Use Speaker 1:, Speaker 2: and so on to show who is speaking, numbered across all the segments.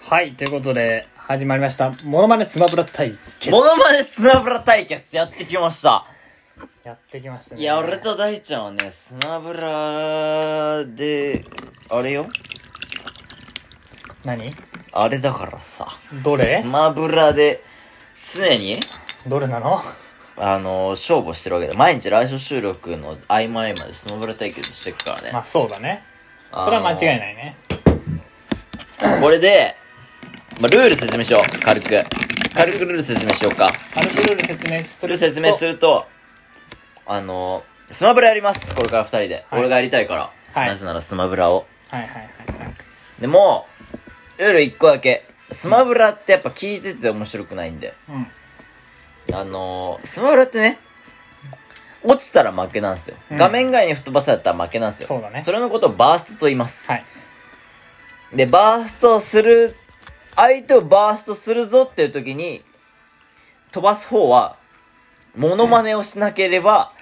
Speaker 1: はい、ということで、始まりました。モノマネスマブラ対決。
Speaker 2: モノマネスマブラ対決やってきました。
Speaker 1: やってきましたね。
Speaker 2: いや、俺。と大ちゃんはね、スマブラで、あれよ
Speaker 1: 何
Speaker 2: あれだからさ。
Speaker 1: どれ
Speaker 2: スマブラで、常に、
Speaker 1: どれなの
Speaker 2: あの、勝負してるわけで、毎日来週収録の合間合間でスマブラ対決してるからね。
Speaker 1: まあそうだね。
Speaker 2: あの
Speaker 1: それは間違いないね。
Speaker 2: これで、まあ、ルール説明しよう。軽く。軽くルール説明しようか。
Speaker 1: あのルール説明す
Speaker 2: そ
Speaker 1: る
Speaker 2: れ
Speaker 1: と。
Speaker 2: 説明すると、あの、スマブラやります。これから二人で。
Speaker 1: はい
Speaker 2: 俺がやりたいから。
Speaker 1: はい
Speaker 2: なぜならスマブラを。
Speaker 1: はいはいはいはい。
Speaker 2: でも、ルール一個だけ。スマブラってやっぱ聞いてて面白くないんで。
Speaker 1: うん。
Speaker 2: あのー、スマブラってね、落ちたら負けなんですよ。
Speaker 1: うん
Speaker 2: 画面外に吹っ飛ばされたら負けなんですよ。
Speaker 1: そうだね
Speaker 2: それのことをバーストと言います。
Speaker 1: はい。
Speaker 2: で、バーストする、相手をバーストするぞっていう時に、飛ばす方は、モノマネをしなければ、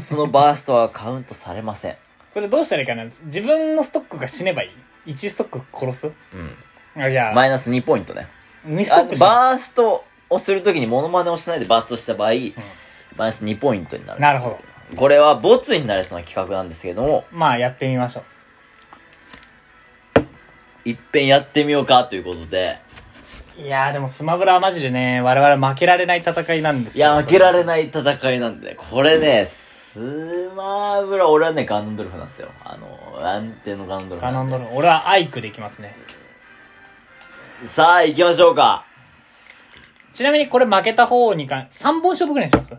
Speaker 2: そのバーストはカウントされません。
Speaker 1: それどうしたらいいかな自分のストックが死ねばいい ?1 ストック殺す
Speaker 2: うん。
Speaker 1: あいや、
Speaker 2: マイナス2ポイントね。
Speaker 1: 2スト
Speaker 2: あ
Speaker 1: ックしな
Speaker 2: バーストをするときにモノマネをしないでバーストした場合、マイナス2ポイントになる。
Speaker 1: なるほど。
Speaker 2: これはボツになりそうな企画なんですけども、
Speaker 1: まあやってみましょう。
Speaker 2: いっぺんやってみようかということで。
Speaker 1: いやーでもスマブラはマジでね、我々負けられない戦いなんです
Speaker 2: いや、負けられ
Speaker 1: い。
Speaker 2: ない戦いなんで、これね、スマブラ、俺はね、ガノンドルフなんですよ。あの、安定のガノンドルフ
Speaker 1: ガ
Speaker 2: な
Speaker 1: ノ
Speaker 2: ん
Speaker 1: ンド
Speaker 2: で。
Speaker 1: ルフ。俺はアイクでいきますね。
Speaker 2: さあ、行きましょうか。
Speaker 1: ちなみにこれ負けた方に関、3本勝負ぐらいにします
Speaker 2: い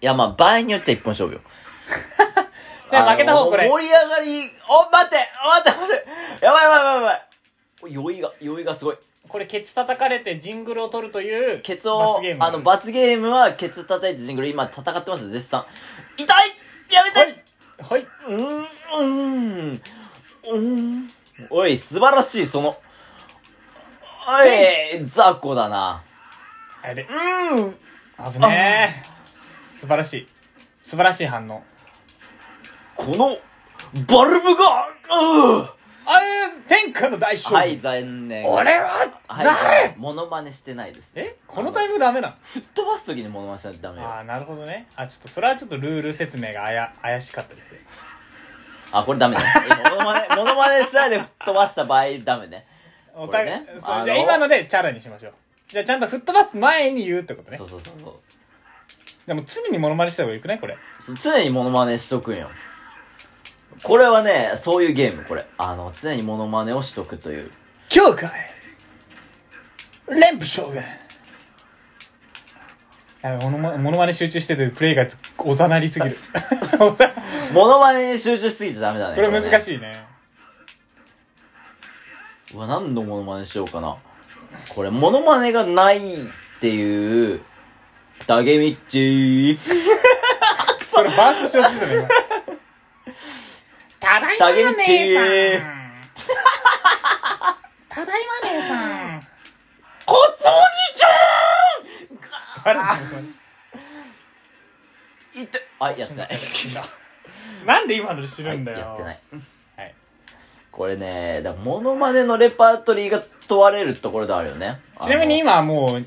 Speaker 2: や、まあ、場合によっちゃ一本勝負よ。
Speaker 1: じゃあ負けた方これ
Speaker 2: あの盛り上がり、お、待って待って待ってやばいやばいやばいやばいお酔いが、酔いがすごい。
Speaker 1: これケツ叩かれてジングルを取るという
Speaker 2: ケツを
Speaker 1: 罰ゲー、ム
Speaker 2: あの、罰ゲームは、ケツ叩いてジングル、今戦ってますよ、絶賛。痛いやめて、
Speaker 1: はい、
Speaker 2: うーん、うーん、うーん。おい、素晴らしい、その。おい、雑魚だな。
Speaker 1: あれ
Speaker 2: うーん。
Speaker 1: 危ねえ素晴らしい素晴らしい反応
Speaker 2: この、バルブが、うー
Speaker 1: あえー天下の大将
Speaker 2: はい、残念。
Speaker 1: 俺は
Speaker 2: はい、
Speaker 1: 誰
Speaker 2: モノマネしてないです。
Speaker 1: えこのタイミングダメなの
Speaker 2: 吹っ飛ばすときにモノマネしないとダメよ
Speaker 1: あ。あなるほどねあちょっとそれはちょっとルール説明があや怪しかったですね
Speaker 2: あ、これ ダメだ。えモノマネ、モノマネしないで吹っ飛ばした場合ダメね。
Speaker 1: お互い、
Speaker 2: これね
Speaker 1: そう
Speaker 2: あの
Speaker 1: じゃあ今のでチャラにしましょうじゃあちゃんと吹っ飛ばす前に言うってことね
Speaker 2: そうそうそうそう。
Speaker 1: でも常にモノマネした方がよくないこれ
Speaker 2: そう常にモノマネしとくんよ。これはね、そういうゲーム、これ。あの、常にモノマネをしとくという。
Speaker 1: 今日かい連覇将軍やべモノマモノマネ集中しててプレイがおざなりすぎる
Speaker 2: モノマネに集中しすぎちゃダメだね。
Speaker 1: これ難
Speaker 2: い。
Speaker 1: しいね
Speaker 2: うわ、何のモノマネしようかな。これ、モノマネがないっていう、ダゲミッチ
Speaker 1: それバーストしようとしてたね今ただい
Speaker 2: ま
Speaker 1: さ
Speaker 2: よ姉
Speaker 1: んただいま姉さん
Speaker 2: コツお兄ちゃんいって、あ、やってない。
Speaker 1: なんで今ので知るんだよ、
Speaker 2: やってない。
Speaker 1: はい
Speaker 2: これね、だからモノマネのレパートリーが問われるところではあるよね。
Speaker 1: ちなみに
Speaker 2: あの
Speaker 1: 今はもう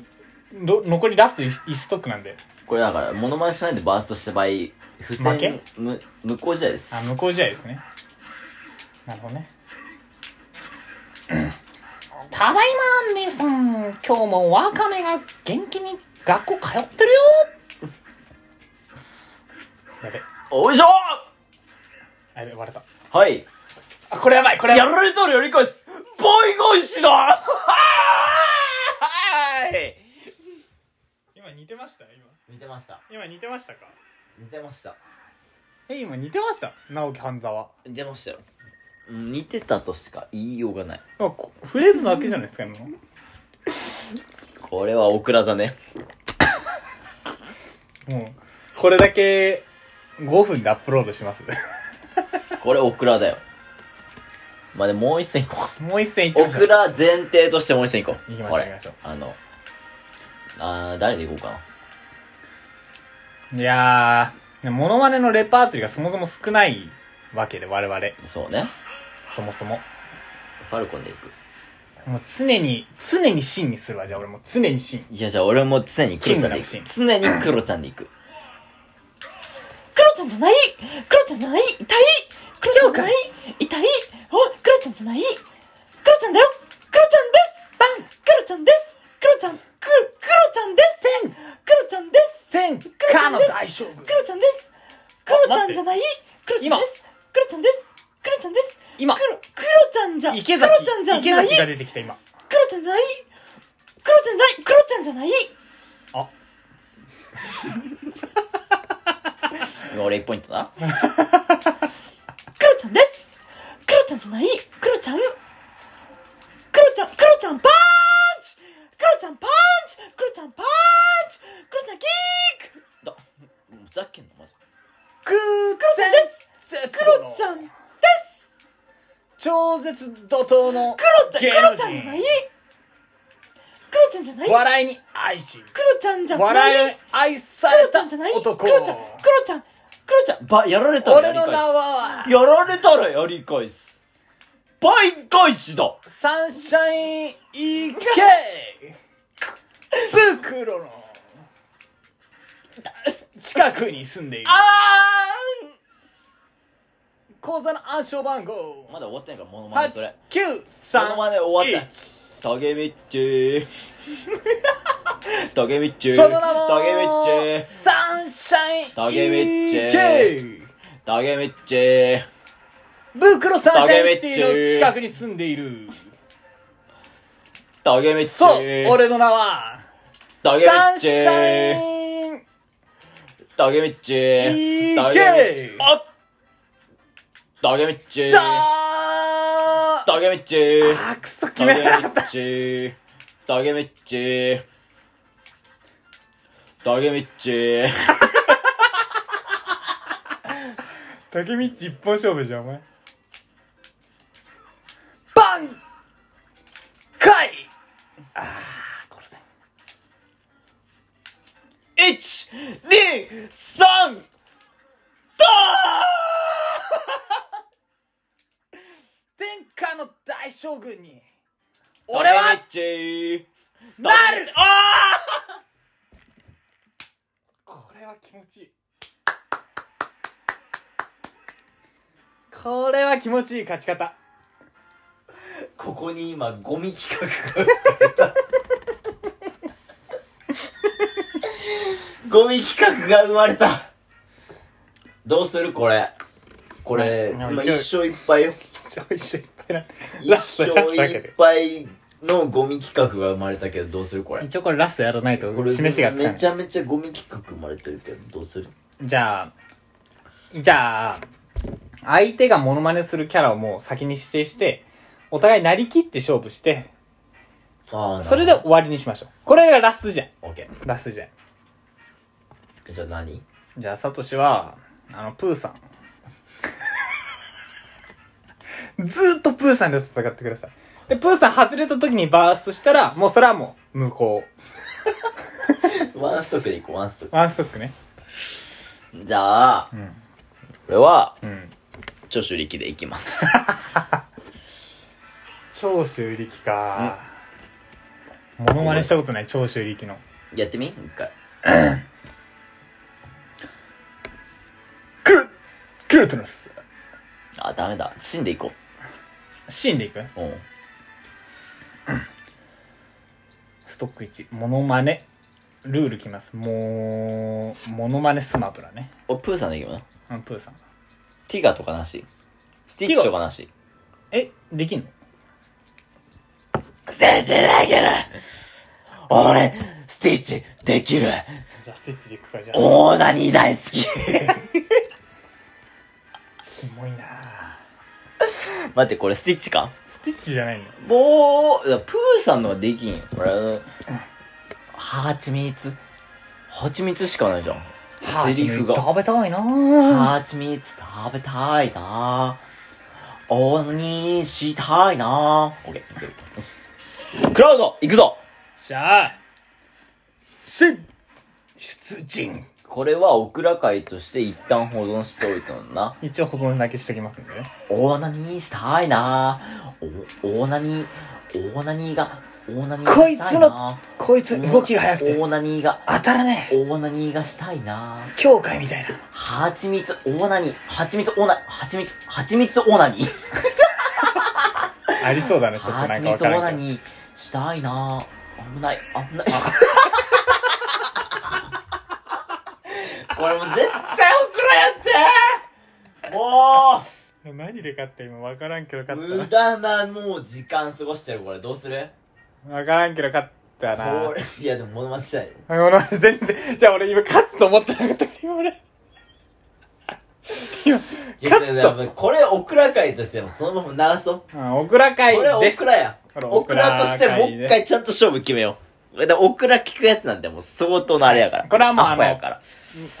Speaker 1: ど残りラスト 1, ストックなんで
Speaker 2: これだから、モノマネしないでバーストした場合、不
Speaker 1: 負
Speaker 2: 戦
Speaker 1: け、
Speaker 2: む、無効試合です。
Speaker 1: あ向こう試合ですねなるほどね ただいま姉さん今日もワカメが元気に学校通ってるよやべ
Speaker 2: おいしょ
Speaker 1: やべ割れた
Speaker 2: はい。
Speaker 1: あこれやばいこれや
Speaker 2: や
Speaker 1: ばい
Speaker 2: られとるより返すボイゴイシだはーい
Speaker 1: 今似てました今
Speaker 2: 似てました。
Speaker 1: 今似てましたか
Speaker 2: 似てました。え
Speaker 1: え今似てました直樹半沢
Speaker 2: 似てましたよ。うん似てたとしか言いようがない。
Speaker 1: あこフレーズなわけじゃないですか今の
Speaker 2: これはオクラだね。
Speaker 1: もう、これだけ5分でアップロードします。
Speaker 2: これオクラだよ。まあ、でももう一戦行こ
Speaker 1: もう一戦いっ
Speaker 2: う。
Speaker 1: て
Speaker 2: オ
Speaker 1: みまし
Speaker 2: クラ前提としてもう一戦行こう。
Speaker 1: 行きましょう
Speaker 2: こ
Speaker 1: 行きま
Speaker 2: れ
Speaker 1: しょう。
Speaker 2: あの、あー、誰で行こうかな。
Speaker 1: ょう。いやー、モノマネのレパートリーがそもそも少ないわけで、我々。
Speaker 2: そうね。
Speaker 1: そもそも。
Speaker 2: ファルコンで行く。
Speaker 1: もう常に、常に真にするわ、じゃあ俺もう常に真。
Speaker 2: いやじゃあ俺も常に黒ち
Speaker 1: キング
Speaker 2: ゃんで行
Speaker 1: ダム
Speaker 2: く。常に黒ちゃんで行く。黒ちゃんじゃない黒ちゃんじゃない痛い黒ちゃんじゃない痛いお黒ちゃんじゃない黒ちゃんだよ黒ちゃんです
Speaker 3: バン
Speaker 2: 黒ちゃんです黒ちゃん、く、黒ちゃんです
Speaker 3: せん
Speaker 2: 黒ちゃんです
Speaker 3: 天下の大将軍
Speaker 2: 黒ちゃんです黒ちゃんじゃない黒ちゃんです黒ちゃんです黒ちゃんです
Speaker 3: 今
Speaker 2: 黒、黒ちゃんじゃ、
Speaker 1: 池
Speaker 2: 黒
Speaker 1: 崎
Speaker 2: ちゃんじゃ
Speaker 1: 池
Speaker 2: ない
Speaker 1: 崎が出てきた今。
Speaker 2: 黒ちゃんじゃない黒ちゃんじゃない黒ちゃんじゃない
Speaker 1: あ、
Speaker 2: 今俺1ポイントな黒ちゃんです黒ちゃんじゃない黒ちゃん黒ちゃん黒ちゃんパンチ黒ちゃんパンチ黒ちゃんパンチ黒ちゃんキックだふざけんなマジ
Speaker 3: くー
Speaker 2: 黒ちゃんです黒ちゃんです
Speaker 3: 超絶怒涛の
Speaker 2: 黒ちゃん黒
Speaker 1: 芸能人
Speaker 2: ちゃんじゃない黒ちゃんじゃない黒
Speaker 3: 笑いに愛し
Speaker 2: ちゃんじゃない
Speaker 3: 笑いに愛さ
Speaker 2: 黒
Speaker 3: れ
Speaker 2: ちゃ
Speaker 3: た
Speaker 2: んじゃない
Speaker 3: 男
Speaker 2: 黒ちゃん黒ちゃん黒ちゃんばやられた
Speaker 3: 俺の名は
Speaker 2: やられたらやり返す。倍返しだ
Speaker 3: サンシャイン池
Speaker 1: 袋の、近くに住んでいる。
Speaker 2: あ
Speaker 3: 口座の暗証番号
Speaker 2: まだ終わってないから、モノマネそれ。モノマ
Speaker 3: 893
Speaker 2: ネ終わった。
Speaker 1: 1
Speaker 2: 竹道。 竹道。竹
Speaker 3: その名も
Speaker 2: 道。
Speaker 3: サンシャ
Speaker 2: 竹
Speaker 3: イン
Speaker 2: 道。
Speaker 3: 池
Speaker 2: 竹道。
Speaker 3: 袋サンシャインシティの近くに住んでいる
Speaker 2: 竹道。
Speaker 3: そう俺の名は
Speaker 2: 竹
Speaker 3: サンシ
Speaker 2: 道。
Speaker 3: ャイン
Speaker 2: 竹道。竹道。
Speaker 3: け
Speaker 2: あっ竹道。
Speaker 3: さあ
Speaker 2: 竹道。
Speaker 3: あくそ決
Speaker 2: タ
Speaker 3: めなか
Speaker 2: ゲミ
Speaker 3: っ
Speaker 2: ッチタゲミッチタゲミッ チ
Speaker 1: 竹道一本勝負じゃん、お前。
Speaker 3: たバンカイ
Speaker 2: 一、二、三、ド
Speaker 3: 天下の大将軍に
Speaker 2: ーン
Speaker 3: 俺は
Speaker 2: タゲミッチ
Speaker 3: なる
Speaker 2: あ
Speaker 1: これは気持ちいい。
Speaker 3: これは
Speaker 1: 気持ちいい勝ち方。
Speaker 2: ーここに今ゴミ企画がゴミ企画が生まれたどうするこれこれ、
Speaker 1: な
Speaker 2: 今
Speaker 1: な
Speaker 2: 一生いっぱいよ
Speaker 1: ちょい一緒いっぱいな。
Speaker 2: 一生いっぱいのゴミ企画が生まれたけどどうするこれ
Speaker 1: 一応これラストやらないと
Speaker 2: こ れ
Speaker 1: 示しがつかない
Speaker 2: めちゃめちゃゴミ企画生まれてるけどどうする
Speaker 1: じゃあじゃあ相手がモノマネするキャラをもう先に指定してお互いなりきって勝負して
Speaker 2: ああ
Speaker 1: それで終わりにしましょうこれがラスじゃん
Speaker 2: オッケ
Speaker 1: ラスじゃん
Speaker 2: ーじゃあ何
Speaker 1: じゃあサトシはあのプーさん ずーっとプーさんで戦ってくださいでプーさん外れた時にバーストしたらもうそれはもう無効
Speaker 2: ワンストックでいこうワンストッ
Speaker 1: ワンストックね
Speaker 2: クじゃあ、
Speaker 1: ん
Speaker 2: 俺は
Speaker 1: うん
Speaker 2: 長州力でいきます
Speaker 1: 長州力かモノマネしたことない長州力の
Speaker 2: やってみ一回
Speaker 1: クルクルトナス
Speaker 2: あダメだ死んでいこ
Speaker 1: シーンでいく
Speaker 2: ううん
Speaker 1: ストック1モノマネルールきますもうモノマネスマブラね
Speaker 2: 俺プーさんでいきもな
Speaker 1: うんプーさん
Speaker 2: ティガとかなしスティッチとかなし
Speaker 1: えできんの
Speaker 2: スティッチできる俺スティッチできる
Speaker 1: じゃあステッチでいくかじゃ
Speaker 2: 大谷大好き
Speaker 1: キモいな
Speaker 2: 待ってこれスティッチか
Speaker 1: ステッチじゃないの
Speaker 2: もう、いやプーさんのはできんよ。俺、あのはちみつ。はちみつしかないじゃん。セリフが。
Speaker 3: 食べたいなぁ
Speaker 2: はちみつ食べたいな鬼したいなオッケー、いける。クラウド行くぞ
Speaker 1: しゃあし出陣
Speaker 2: これはオクラ会として一旦保存しておいたのな。
Speaker 1: 一応保存だけしときますんでね
Speaker 2: オーナニーしたいなお、オーナニー、オーナニーがオーナニーが
Speaker 4: こい
Speaker 2: した
Speaker 4: つ
Speaker 2: い
Speaker 4: の
Speaker 2: な、
Speaker 4: こいつ動きが速くて、
Speaker 2: オーナニーが
Speaker 4: 当たらねえ。
Speaker 2: オーナニーがしたいな
Speaker 4: 教会みたいな。
Speaker 2: はちみつオーナニーはちみつオーナはちみつはちみつオーナニー
Speaker 1: ありそうだね、ちょっとな
Speaker 2: は
Speaker 1: んか
Speaker 2: ちみ
Speaker 1: わ
Speaker 2: つオ
Speaker 1: か
Speaker 2: ー
Speaker 1: ら
Speaker 2: ナ
Speaker 1: んけど。
Speaker 2: ニーしたいな危ない危 ないこれもう絶対送らんやってもう
Speaker 1: 何で勝った今わからんけど勝っ
Speaker 2: 無駄なもう時間過ごしてるこれどうする
Speaker 1: たな。わからんけど勝ったな。
Speaker 2: これいやでも物まねしたいよ
Speaker 1: あ俺全然、じゃあ俺今勝つと思ってなかったから今俺。今、勝つと。
Speaker 2: これオクラ会としてもそのまま流そう
Speaker 1: うん、オクラ会
Speaker 2: これオ
Speaker 1: です。
Speaker 2: クラや
Speaker 1: これ
Speaker 2: オクラとしてもう一回ちゃんと勝負決めようだからオクラ聞くやつなんてもう相当なあれやから
Speaker 1: これはもう
Speaker 2: アホやから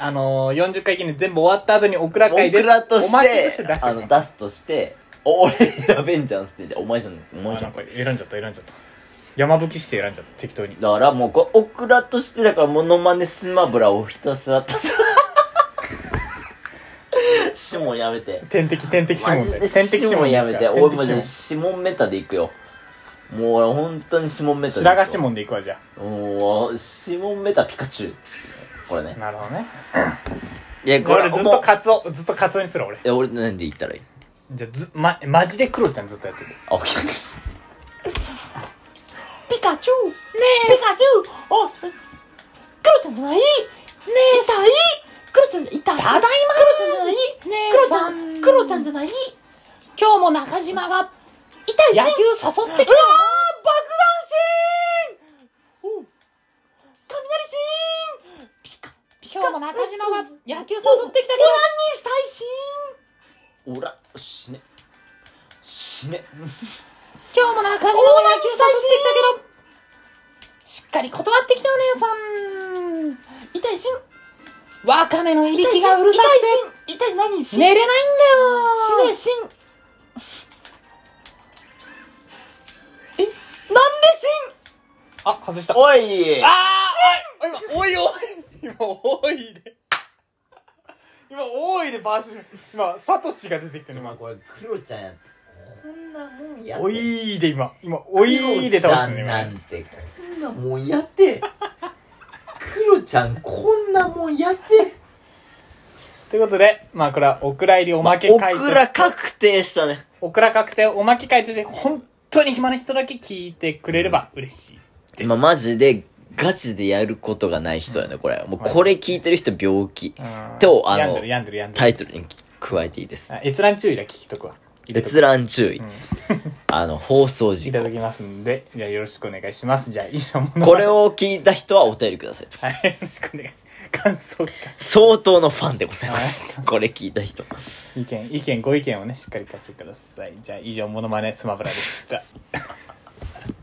Speaker 1: あのー、40回記念全部終わった後にオクラ会で
Speaker 2: オク
Speaker 1: す。
Speaker 2: ラとし
Speaker 1: おまけとして
Speaker 2: て
Speaker 1: 出して
Speaker 2: あ
Speaker 1: る
Speaker 2: の出すとして俺選べんじゃんっつってじゃあお前じゃんお
Speaker 1: あ
Speaker 2: 前じゃ
Speaker 1: なんんか選んじゃった、選んじゃった。山吹きして選んじゃった、適当に。
Speaker 2: だからもうこれオクラとしてだからモノマネスマブラをひたすらた しもやめて
Speaker 1: 天敵、天敵指
Speaker 2: マ
Speaker 1: 紋
Speaker 2: ジ
Speaker 1: で。
Speaker 2: で
Speaker 1: 天敵
Speaker 2: 指
Speaker 1: 指
Speaker 2: 紋
Speaker 1: 紋
Speaker 2: やめて
Speaker 1: でいい
Speaker 2: 俺
Speaker 1: か
Speaker 2: も
Speaker 1: 天
Speaker 2: じゃ
Speaker 1: 敵
Speaker 2: 指紋メタでいくよもう俺本当に指紋メタでいくよ
Speaker 1: 白髪指紋でいくわ、じゃ
Speaker 2: もう指紋メタピカチュウこれ
Speaker 1: あ。
Speaker 2: ね
Speaker 1: なるほどね。
Speaker 2: いやこれ
Speaker 1: 俺ずっ
Speaker 2: も
Speaker 1: と
Speaker 2: う
Speaker 1: カツオ、ずっとカツオにする俺。
Speaker 2: いや俺何で言ったらいい
Speaker 1: じゃあず、ま、マジでクロちゃんずっとやってる。
Speaker 2: あ OK
Speaker 3: ピカチュウねえピカチュウあクロちゃんじゃないねえ痛いクロちゃん痛いただいまクロちゃんじゃないねえクロちゃんクロちゃんじゃない今日も中島が痛い野球誘ってきたうわ爆弾シーン雷シーンピカピカ今日も中島が野球誘ってきたけど何したいシーン
Speaker 2: おら死ね死ね
Speaker 3: 今日も中島が野球誘ってきたけどしっかり断ってきたお姉さん
Speaker 4: 痛いしん、
Speaker 3: わかめのいびきがうるさく
Speaker 4: 痛いしん、痛い何
Speaker 3: て寝れないんだよ
Speaker 4: しん。え、なんでし
Speaker 1: あ、外した。
Speaker 2: おい
Speaker 1: ああ今、おいおい今、おいで。今、おいでバージョン。今、サトシが出てきたね、
Speaker 2: 今
Speaker 1: 今。
Speaker 2: これクロちゃんやってこんなもんやって
Speaker 1: おいで今。今、おいで
Speaker 2: クロ
Speaker 1: 倒
Speaker 2: ちゃ
Speaker 1: してる
Speaker 2: ん
Speaker 1: ね、
Speaker 2: な
Speaker 1: 今。
Speaker 2: んてこんなもんやってクロちゃんこんなもんやって
Speaker 1: ということで、まあこれは、お蔵入りおまけ
Speaker 2: オ
Speaker 1: 会と
Speaker 2: クラ確定したね
Speaker 1: お蔵確定おまけ会として、本当に暇な人だけ聞いてくれれば嬉しい。です
Speaker 2: 今マジでガチでやることがない人やねこれもうこれ聞いてる人病気
Speaker 1: うん
Speaker 2: とあ
Speaker 1: 病んで
Speaker 2: の
Speaker 1: る、病んでる、病んで
Speaker 2: タ
Speaker 1: る。
Speaker 2: イトルに加えていいです
Speaker 1: あ閲覧注意だけ聞いとくわ。
Speaker 2: 閲覧注意あの放送
Speaker 1: い
Speaker 2: 事
Speaker 1: ただ
Speaker 2: 故
Speaker 1: きますんで、じゃあよろしくお願いします。じゃあ、以上もの
Speaker 2: これを聞いた人はお便りください
Speaker 1: はい、よろしくお願いします。感想を聞かせ
Speaker 2: 相当のファンでございますこれ聞いた人
Speaker 1: 意見、意見、ご意見をね、しっかり活用ください。じゃあ、以上、モノマネスマブラでした。